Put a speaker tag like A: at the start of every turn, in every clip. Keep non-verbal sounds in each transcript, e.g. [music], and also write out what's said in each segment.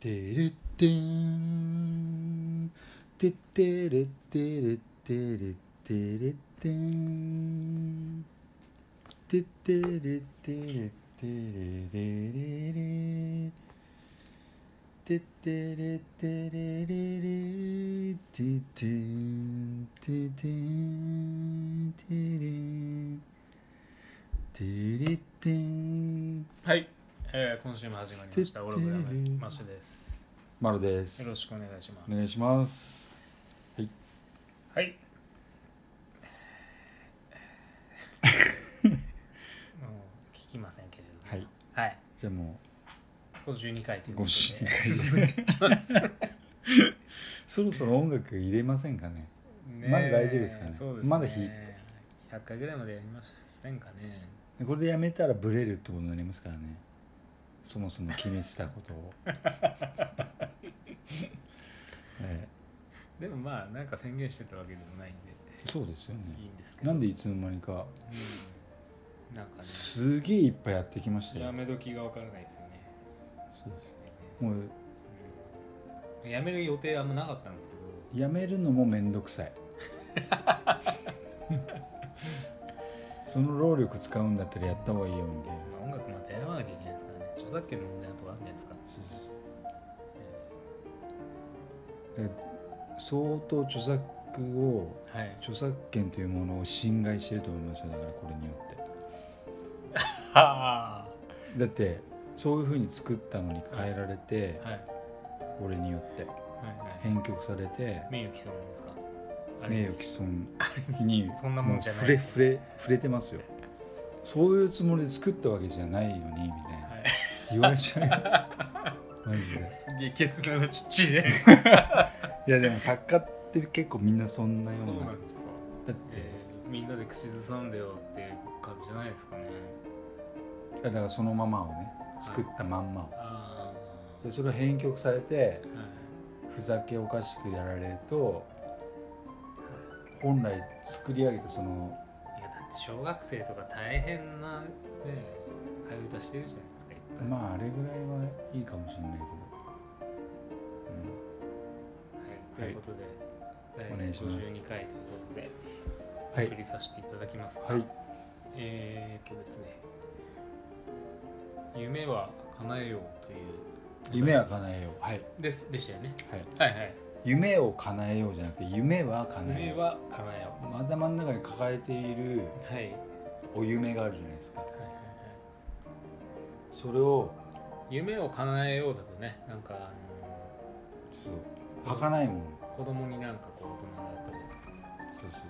A: てれってーんてってれってれってれってれってーんてってれってれってれれれれてってれってれれれててんててんてれんてれってん
B: はい、えー、今週も始まりましたオログラムマッシュです
A: まるです
B: よろしくお願いします
A: お願いしますはい [laughs]
B: はいもう聞きませんけれどもはい、はい、
A: じゃあも
B: 52回ということ
A: 52
B: で
A: 回
B: 進めていき
A: [laughs]
B: ますね
A: うそろそろ音楽入れませんかね
B: え
A: まだ大丈夫ですかね
B: そうですね
A: まだひ
B: 100回ぐらいまでやりませんかね
A: これでやめたらブレるってことになりますからねそもそも決めてたこと
B: [laughs]
A: を、え
B: でもまあなんか宣言してたわけでもないんで
A: えそうですよね
B: いいんですけど
A: なんでいつの間にか
B: うんなんかね
A: すげえいっぱいやってきました
B: や
A: よ
B: め時がわからないですよね
A: そうですもう
B: うんやめる予定あんまなかったんですけど
A: やめるのもめんどく
B: [laughs]
A: さいその労力使うんだったらやった方がいいよみたいな
B: まあ、音楽まで選ばなきゃいけないですからね著作権の問題とかあるんじゃないですか、
A: だから相当著作を
B: はい
A: 著作権というものを侵害してると思いますよだからこれによって
B: は
A: だってそういうふうに作ったのに変えられて、
B: はいはい
A: 俺によって
B: はい
A: 編曲されて
B: 名誉毀損ですかあれ
A: 名誉毀損に
B: [laughs] そんなもんじゃない
A: もう触れ触れ触れてますよそういうつもりで作ったわけじゃないのにみたいな、
B: は
A: 言われちゃうよ
B: [laughs]
A: マジで
B: いすげえケツのちっちゃいじゃないですか
A: いやでも作家って結構みんなそんなよう
B: そう
A: な
B: なんですか、
A: だっ
B: え
A: て
B: ー、みんなで口ずさんでよっていう感じじゃないですかね
A: だからそのままをね作ったまんまを
B: あ
A: でそれを編曲されて
B: あ、はい
A: ふざけおかしくやられると本来作り上げたその
B: いやだって小学生とか大変なね替え歌してるじゃないですかいっぱい、
A: まああれぐらいはいいかもしれないけど、
B: はい、ということで、
A: お願いし
B: 第
A: ます
B: 52回ということで
A: うん
B: お送りさせていただきますが、
A: はい
B: えー、っとですね「夢は叶えよう」という
A: 夢は叶えようはい、
B: ですでしたよね
A: はい、
B: はいはい
A: 夢を叶えようじゃなくて夢は叶え
B: 夢
A: よう
B: は叶えよ
A: まだ真ん中に抱えている
B: うはいはい
A: お夢があるじゃないですか
B: はいは
A: それを
B: い夢を叶えようだとねなんかあ
A: そう
B: の
A: 儚いもの
B: 子供になんかこう大人がこう
A: そうそう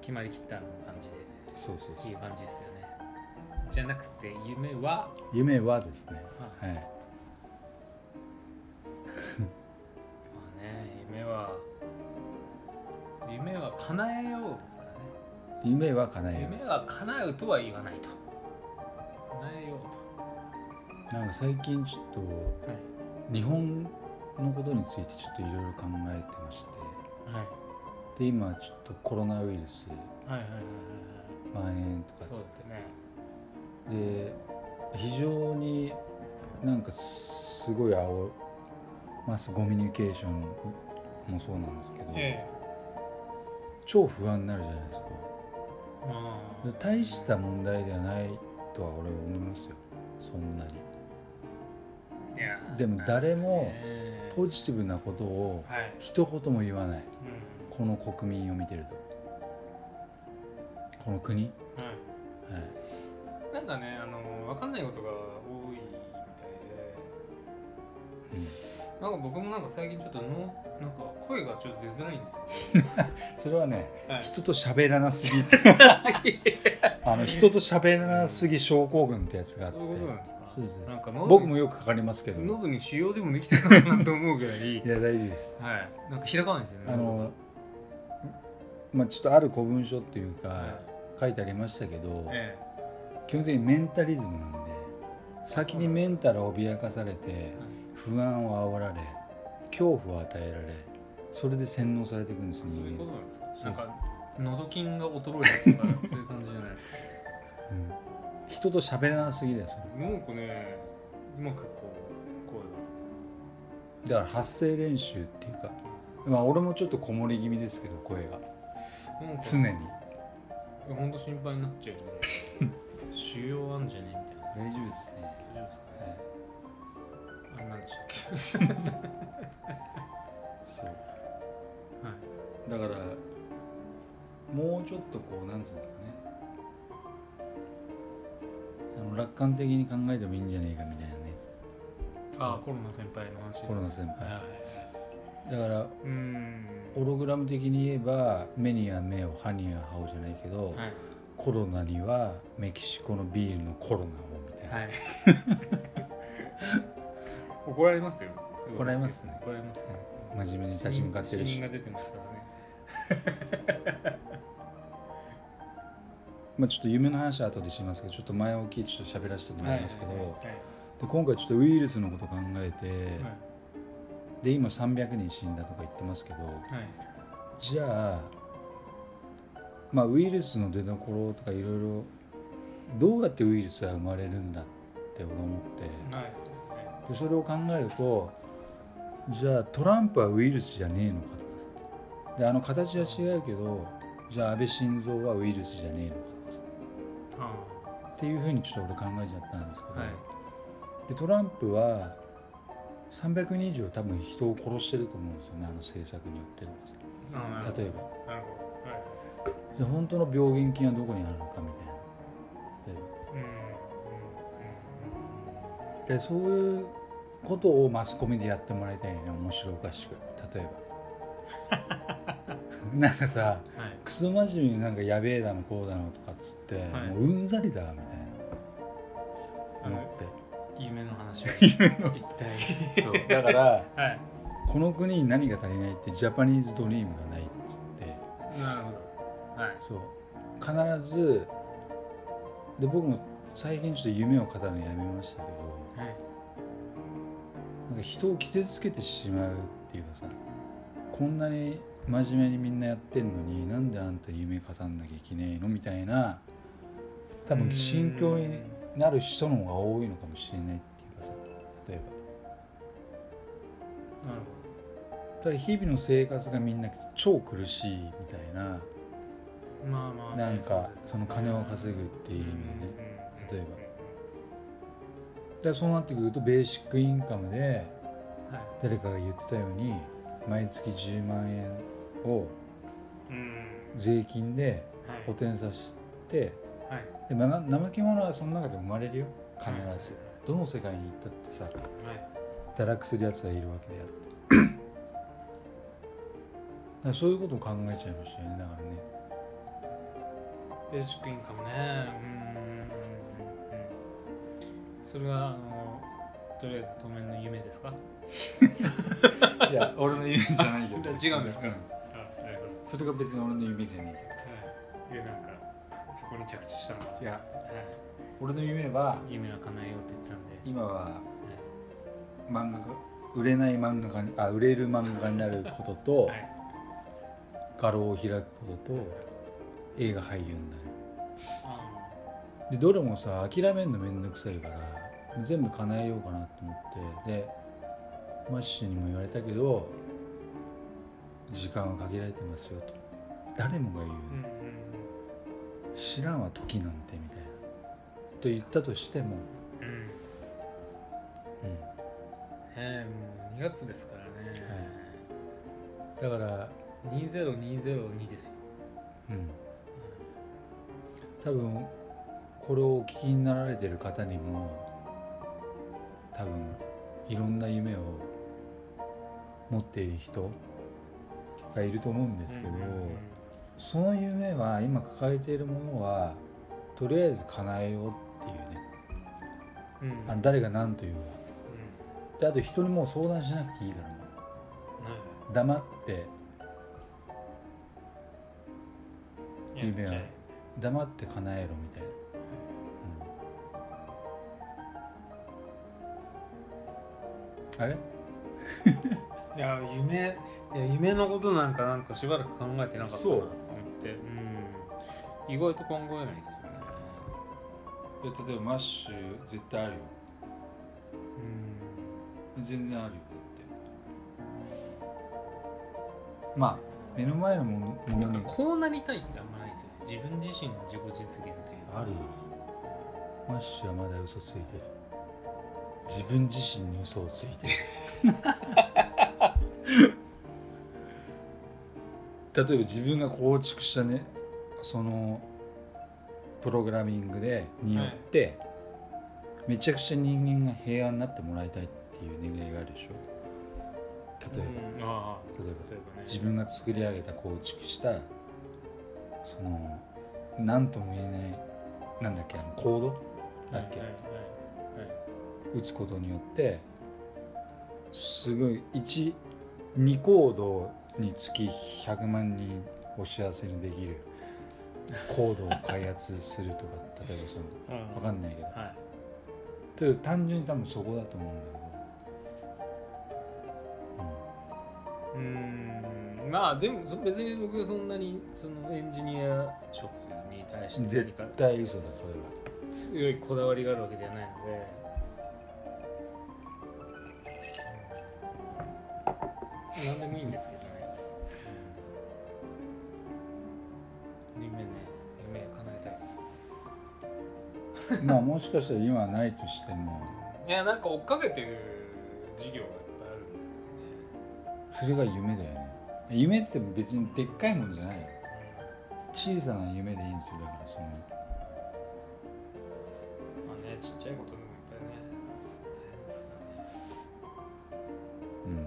B: 決まりきった感じで
A: そうそうそうそう
B: いい感じですよねじゃなくて夢は
A: 夢はですね
B: まあ
A: はい
B: まあね夢は夢は叶えようですからね
A: 夢は叶えよ
B: 夢は叶うとは言わないと叶えよう
A: うなんか最近ちょっと
B: とは
A: 日本のことについてちょっといろいろ考えてまして
B: い、はい、
A: で今ちょっとコロナウイルス
B: はいはいはいはい
A: 蔓延とか
B: そうですね
A: で非常になんかすごいあおマスコミュニケーションもそうなんですけど、
B: え
A: 超不安になるじゃないですか
B: えまあ
A: 大した問題ではないとは俺は思いますよそんなに
B: いや
A: でも誰も
B: ええ
A: ポジティブなことを
B: はい、
A: 一言も言わない
B: うん
A: この国民を見てるとこの国はい
B: はい、なんかねあの分かんないことが多いみた
A: う
B: いで
A: ん
B: なんか僕もなんか最近ちょっとのなんか声がちょっと出づらいん
A: [laughs]
B: ですよ、
A: それはね
B: はい
A: 人と喋らなす
B: [laughs]
A: ぎあの人と喋らなすぎ症候群ってやつがあって
B: そういうことなんですか
A: そうです
B: なんか喉に
A: 僕もよくかかりますけどい
B: 喉に腫瘍でもできたのかなと思うぐらい
A: や大丈夫です
B: はいなんか開かないんですよね
A: あのまあちょっとある古文書っていう
B: 喉がはい
A: か書いてありましたけど
B: え
A: 基本的にメンタリズムなんで先にメンタルを脅かされて
B: えはい
A: 不安を煽られ恐怖を与えられそれで洗脳されていくんですよ
B: そういう
A: 人
B: こ
A: 間
B: となんですか
A: そう
B: なんか喉筋が衰えたとかそういう感じじゃないですか
A: うん人と喋らなすぎだよそれ
B: なんかねうまくこう声が
A: だから発声練習っていうかまあ俺もちょっとこもり気味ですけど声が
B: なんか
A: 常に
B: ほんと心配になっちゃうよね腫瘍あんじゃねみたいな
A: 大丈夫ですね、
B: 大丈夫ですかね
A: はい、
B: あれなんでしたっけ
A: そう
B: はい
A: だからもうちょっとこうなんつうんですかねあの楽観的に考えてもいいんじゃないかみたいなね
B: ああコロナ先輩の話ですね
A: コロナ先輩
B: はいはいはい
A: だから
B: うーん
A: ホログラム的に言えば目には目を歯には歯をじゃないけど、
B: はい
A: コロナにはメキシコのビールのコロナをみたいな、
B: はい [laughs] 怒られますよ
A: 怒られますね
B: 怒られますね
A: 真面目に立ち向かってる
B: 死
A: し
B: 人、が出てますからね
A: まあ、ちょっと夢の話は後でしますけどちょっと前置きちょっと喋らせてもらいますけど、
B: はいはい
A: で今回ちょっとウイルスのこと考えて、
B: はい
A: で今300人死んだとか言ってますけど
B: はいはい
A: じゃあ、まあ、ウイルスの出どころとかいろいろどうやってウイルスは生まれるんだって俺思って。
B: はい
A: でそれを考えるとじゃあトランプはウイルスじゃねえのかとかさであの形は違うけどじゃあ安倍晋三はウイルスじゃねえのかとか
B: あ
A: さっていうふうにちょっと俺考えちゃったんですけど、
B: はい
A: でトランプは300人以上多分人を殺してると思うんですよねあの政策によってとか
B: ーあ
A: さ
B: ー
A: 例えば
B: なるほどなるほ
A: じゃあ本当の病原菌はどこにあるのかみたいな
B: どはいうんうん
A: ででそういうことをマスコミでやってもらいたいよね面白おかしく例え
B: [laughs]
A: ばなんかさ
B: うんはい
A: クソ真面目になんかやべえだのこうだのとかっつって、
B: はい
A: もううんざりだみたい
B: あ
A: な
B: の
A: 思っ
B: 夢
A: [laughs]
B: の話を夢の一
A: て
B: 体 [laughs]
A: そうだから
B: はい
A: この国に何が足りないってジャパニーズドリームがないっつって
B: なるほどはい
A: そう必ずで僕も最近ちょっと夢を語るのやめましたけど
B: はい
A: なんか人を傷つけてしまうっていうかさこんなに真面目にみんなやってんのになんであんた夢語んなきゃいけねえのみたいな多分心境に
B: うん
A: なる人の方が多いのかもしれないっていうかさ例え
B: なる
A: ばただ日々の生活がみんな超苦しいみたいな
B: ほどまあまあね
A: なんか
B: うですね
A: その金を稼ぐっていう意味でね
B: うん
A: 例えだからそうなってくるとベーシックインカムで
B: ばはい
A: 誰かが言ってたように毎月10万円を
B: うん
A: 税金で
B: はい
A: 補填させて
B: はい
A: で、まあ、な怠け者はその中でも生まれるよ必
B: はい
A: ずどの世界に行ったってさ
B: はい
A: 堕落するやつはいるわけであってだからそういうことを考えちゃいましたよねだからね
B: ベーシックインカムねうんうんうんうんそれがあのとりあえず当面の夢ですか
A: いや俺の夢じゃない [laughs]
B: けど違うんですかあなるほど
A: それが別に俺の夢じゃね
B: はいいやなんかそこに着地したのは
A: えいや
B: い
A: 俺の夢は
B: 夢は叶えようって言ってたんで
A: 今は漫画家売れない漫画家にあ売れる漫画家になることと、
B: はいはい
A: 画廊を開くことと映画俳優にな
B: あ
A: るでどれもさ諦めんのめんどくさいから全部叶えようかなと思ってでマッシュにも言われたけど時間は限られてますよと誰もが言う、
B: ーうんうん
A: 知らんわ時なんてみたいなと言ったとしても、
B: うんうん
A: う
B: ねえもう2月ですからね、
A: ん、だから、
B: 20202ですよ、
A: うん、多分これをお聞きになられてる方にも多分いろんな夢を持っている人がいると思うんですけど、
B: うんうんうん
A: その夢は今抱えているものはとりあえず叶えようっていうね
B: うん
A: あの誰が何と言うか
B: う
A: であと人にもう相談しなくていいからもう黙って
B: んはい、
A: 夢は
B: やっちゃ
A: 黙って叶えろみたいな、うん、あれ
B: えいや夢いや夢のことなんかなんかしばらく考えてなかったなと
A: そう
B: 思ってうん意外と考えないですよね
A: いや例えばマッシュ絶対あるよ
B: うん
A: 全然あるよだってまあ目の前のものも
B: な
A: の
B: んか
A: に
B: こうなりたいってあんまないですよね自分自身の自己実現というか
A: あるよマッシュはまだ嘘ついてる自分自身に嘘をついてる例え
B: [laughs]
A: ば自分が構築したねそのプログラミングでによって、めちゃくちゃ人間が平安になってもらいたいっていう願いがあるでしょ例えば、
B: うんああ
A: 例えば
B: 例えばね
A: 自分が作り上げた構築したその何とも言えないなんだっけあのコードだっけ、
B: はいはいはいはい
A: 打つことによってすごい12コードにつき100万人お幸せにできるコードを開発するとか例えばその
B: うん
A: 分かんないけど
B: はい
A: という単純に多分そこだと思うんだけど、
B: うーんまあでもそ別に僕そんなにそのエンジニア職に対して
A: うん、
B: 何
A: 絶
B: か
A: 対嘘だそれは
B: 強いこだわりがあるわけではないので何でもいいんですけどねうん夢ね夢叶えたいですよ
A: まあもしかしたら今はないとしても
B: いやなんか追っかけてる事業がいっぱいあるんです
A: それが夢だよね夢って言っても別にでっかいもんじゃないよ小さな夢でいいんですよだからその
B: けどねまあねちっちゃいことでもいっぱいね大変ですからね
A: うん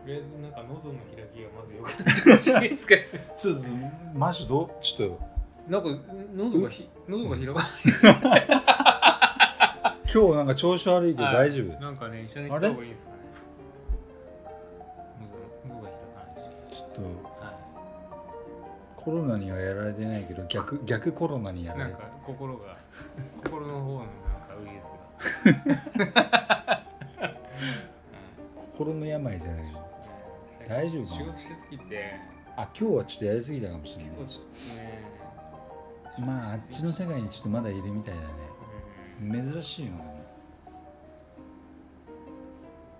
B: とりあえずなんか喉の開きがまず良くなってほしいですけど
A: ちょっとマジどうちょっ
B: [laughs] なんか喉がひ喉が開かない
A: と今日なんか調子悪いけど
B: はい
A: 大丈夫、
B: なんかね医者に行った方がいいんですかね喉が喉が開かないし
A: ちょっと
B: は
A: コロナにはやられてないけど逆逆コロナにや
B: い
A: ら
B: な
A: れ
B: ん
A: て
B: か心が心の方のなんかウイル
A: [laughs]
B: スがはい
A: 心の病じゃないよ
B: 最近
A: 大丈夫かな
B: 仕事しすぎて
A: あ今日はちょっとやりすぎたかもしれ
B: 結
A: な
B: 構ちょっとね
A: いまああっちの世界にちょっとまだいるみたいだ
B: うん
A: ね珍しいよね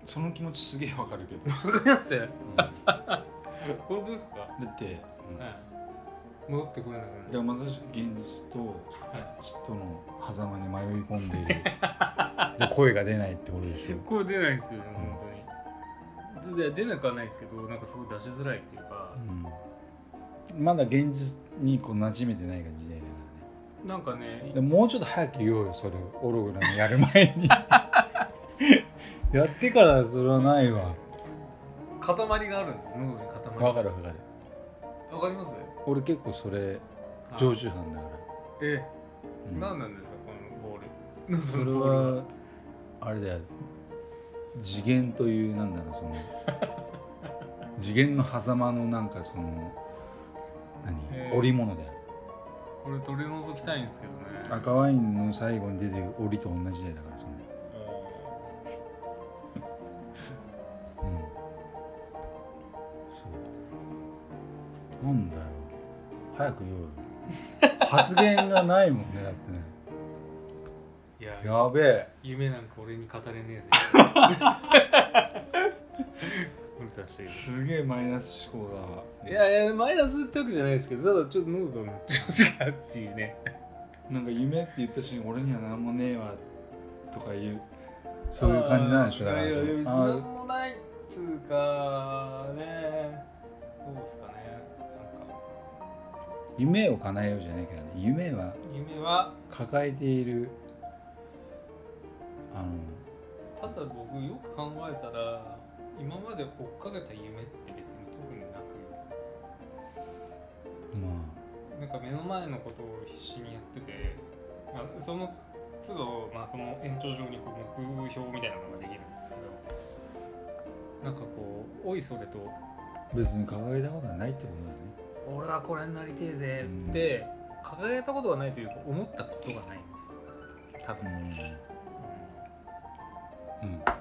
A: その気持ちすげえわかるけど、
B: わかります
A: だ
B: 本当ですかは
A: って、
B: い戻ってこれなくな
A: で
B: る
A: もまさしく現実と
B: は
A: ちょっとの狭間に迷い込んでい [laughs] るで声が出ないってことでしょ
B: い声出ないんですよね本当にでで出なくはないですけどなんかすごい出しづらいっていうか
A: うんまだ現実にこう馴染めてない感じでだか
B: なんから
A: ね
B: ね
A: でももうちょっと早く言おうよそれをオログラムやる前 [laughs] にやってからそれはないわ
B: 塊があるんですよ喉に塊が
A: わかるわかる
B: わかります
A: 俺結構それ常習犯だから、
B: え
A: うん
B: 何なんですかこのボール [laughs] 喉
A: それ
B: のボール
A: はあれだよ次元というなんだろう [laughs] その次元の狭間のなんかその何
B: えー
A: 織物だよ
B: これ取り除きたいんですけどね
A: 赤ワインの最後に出てる檻と同じだよだからそのうんそうなんだよ早く言 [laughs] おうよ発言がないもんねだってね
B: いや
A: やべえ
B: 夢なんか俺に語れね [laughs] えぜ本当だし
A: すげえマイナス思考だ
B: いやいやマイナスってわけじゃないですけどただちょっと喉の調子がっていうね
A: なんか夢って言った瞬間俺には何もねえわとか言うそういう感じなんでしょだから
B: いやいや別に
A: あ
B: 何もないっつうかねどうですかねなんか
A: 夢を叶えようじゃないけどね夢は
B: 夢は
A: 抱えているあの
B: ただ僕よく考えたら今まで追っかけた夢って別に特になく
A: ま
B: なんか目の前のことを必死にやってて、まあ、その都度、まあ、その延長上にこう目標みたいなのができるんですけどなんかこうおいそれと
A: あ別に抱えたことはないってことだね
B: 俺はこれになりてえぜって掲げたことがないというか思ったことがないんで多分、うん
A: うん、うん、
B: なんか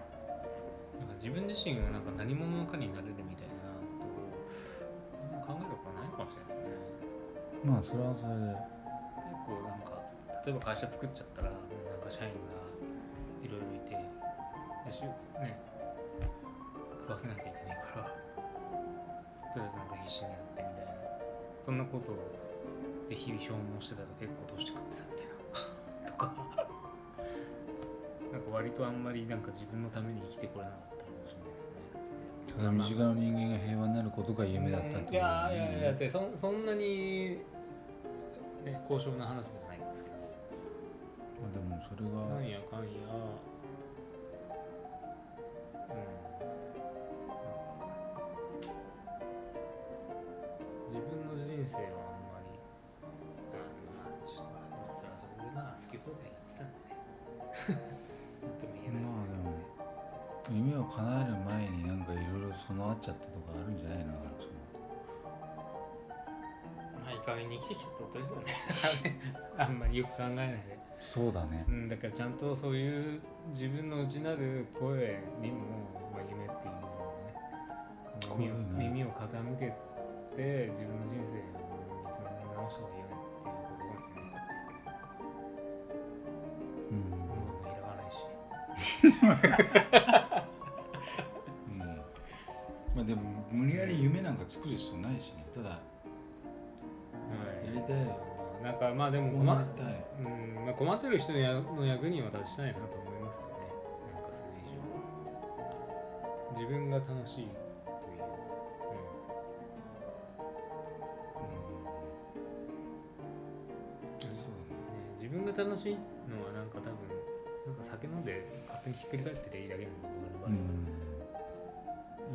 B: 自分自身がなんか何者かになれるみたいなことを考えることはないかもしれないですね
A: まあそれはそれで
B: 結構なんか例えば会社作っちゃったらもうなんか社員がいろいろいてでしね食わせなきゃいけないからとりあえずなんか必死にやってみたいなそんなことで日々消耗してたら結構年食ってたみたいなとかなんか割とあんまりなんか自分のために生きてこれなかったかもしれないですね
A: ただ身近な人間が平和になることが夢だったってこと
B: いや
A: だ
B: い
A: よ
B: や
A: ね
B: いやだってそんそんなに、ね、高尚な話じゃないんですけど
A: まあでもそれ
B: なん
A: が
B: やかんやうん自分の人生はあんまりまあまあちょっとまあそれはそれでまあ好き放題やってたんで [laughs] ねなんとも言えないですけど
A: 夢
B: ね
A: を叶える前になんかいろいろ備わっちゃったとかあるんじゃないのだからその
B: [laughs] まあいい加減に生きてきたってことですよねあんまりよく考えないで
A: そうだね
B: うん、だからちゃんとそういう自分の内なる声にも、まあ、夢っていうのをね耳を
A: こういうの
B: 耳を傾けて自分の人生を見つめ直した方がいいよねっていうことが
A: うん
B: ね喉も開かないし
A: うんまあでも無理やり夢なんか作る必要ないしねただやりたい
B: いなんかまあでも
A: こうな
B: 困
A: り
B: った
A: い
B: うんまあ、困ってる人のやの役には立ちたいなと思いますよねなんかそれ以上自分が楽しいというか、うん
A: そうだ
B: ね、自分が楽しいのはなんか多分なんか酒飲んで勝手にひっくり返ってていいだけなんだ僕の場合
A: ね
B: は、
A: うん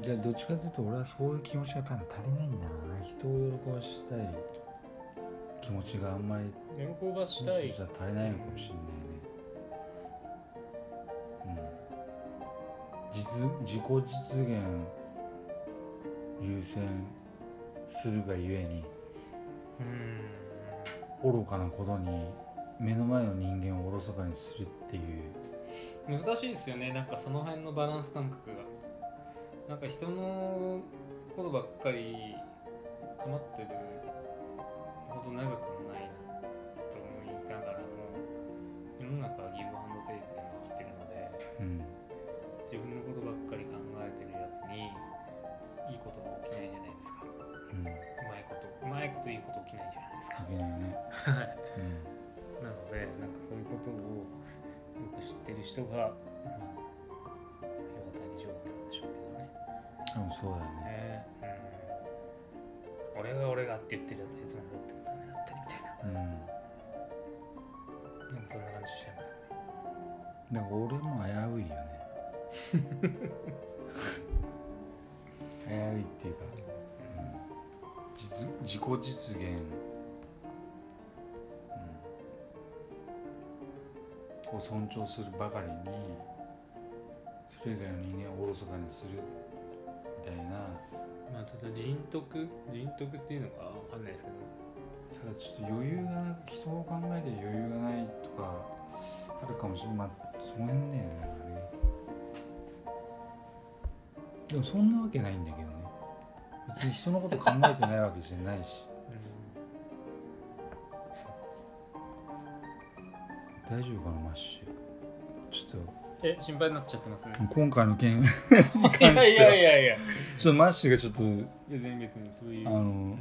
A: じゃあどっちかというと俺はそういう気持ちが多分足りないんだろうな人を喜ばしたい気持ちがあんまり
B: 喜ばしたい
A: じゃ足りないのかもしれないねうん実自己実現優先するがゆえに
B: うん
A: 愚かなことに目の前の人間をおろそかにするっていう
B: 難しいですよねなんかその辺のバランス感覚がなんか人のことばっかり構ってるほど長くもないなと思いながらも世の中はギブアンドテイクで生きてるので
A: うん
B: 自分のことばっかり考えてるやつにいいことが起きないじゃないですか
A: うんで
B: うまいことうまいこといいこと起きないじゃないですか
A: きないねうん
B: はいなのでなんかそういうことをよく知ってる人がまあ平和大に上手なんでしょうけどね
A: でもそうだよね
B: ねうん俺が俺がって言ってるやつはいつまでだってもダメだったりみたいな
A: うん
B: なんかそんな感じしちゃいますよね
A: なんか俺も危ういよね
B: [laughs]
A: 危ういっていうか、うん、実自己実現、うん、を尊重するばかりにそれ以外の人間をおろそかにするみたいな
B: まあただ人徳人徳っていうのかわかんないですけど
A: ただちょっと余裕がな人を考えて余裕がないとかあるかもしれないまあその辺ねなんかねでもそんなわけないんだけどね別に人のこと考えてないわけじゃないし
B: うん
A: 大丈夫かなマッシュちょっ
B: え心配になっちゃって [laughs] ますね
A: と今回の件 [laughs] ちょ
B: いや
A: 関してはい
B: やいやいや
A: っとマッシュがちょっと
B: 全然別にそういう
A: あの
B: はい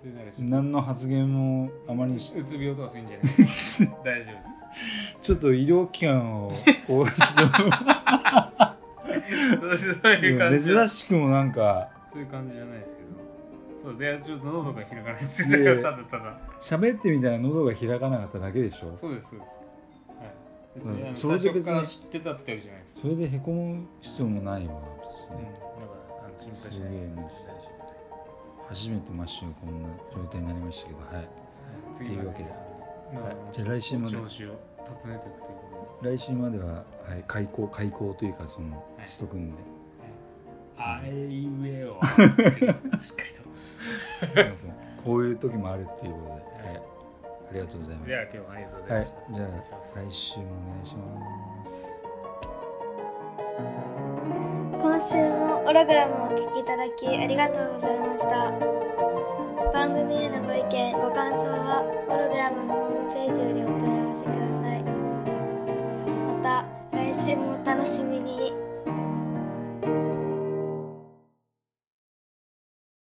B: それならちょっと
A: 何の発言もあまりし
B: うつ病とかそういうんじゃないです [laughs] 大丈夫です
A: [laughs] ちょっと医療機関をこ
B: [laughs]
A: うちょっ
B: そうそういう
A: と
B: 感じ
A: 珍しくもなんか
B: そういう感じじゃないですけどそうでちょっと喉が開かないで
A: い
B: す
A: や
B: だ
A: い
B: か
A: や
B: らただただ
A: 喋ってみたら喉が開かなかっただけでしょ
B: そうですそうですはい別
A: うん
B: にあの
A: それ
B: 最
A: で
B: 初
A: 別に
B: から知ってたってわけじゃないです
A: それでへこむ必要もないわ
B: うん
A: 別に
B: だからあの心配しないで大丈夫です
A: 初めてマッシュがこんな状態になりましたけどはい、
B: はい
A: っていうわけで
B: まあ
A: はい、じゃあ来週まで
B: 調子を整えていくということで
A: 来週までは、はい、開口開口というかその、
B: はい
A: しとく
B: [laughs]
A: んで
B: あいう
A: [laughs]
B: えおしっかりと
A: すいませんこういう時もあるっていうことで、
B: は
A: はいい、ありがとうございます
B: では今日はありがとうございました、
A: はいじゃあ
B: 失礼します
A: 来週もお願いします
C: 今週もオログラムをお聞きいただきありがとうございました番組へのご意見ご感想はオログラムのホームページよりお問い合わせくださいまた来週もお楽しみに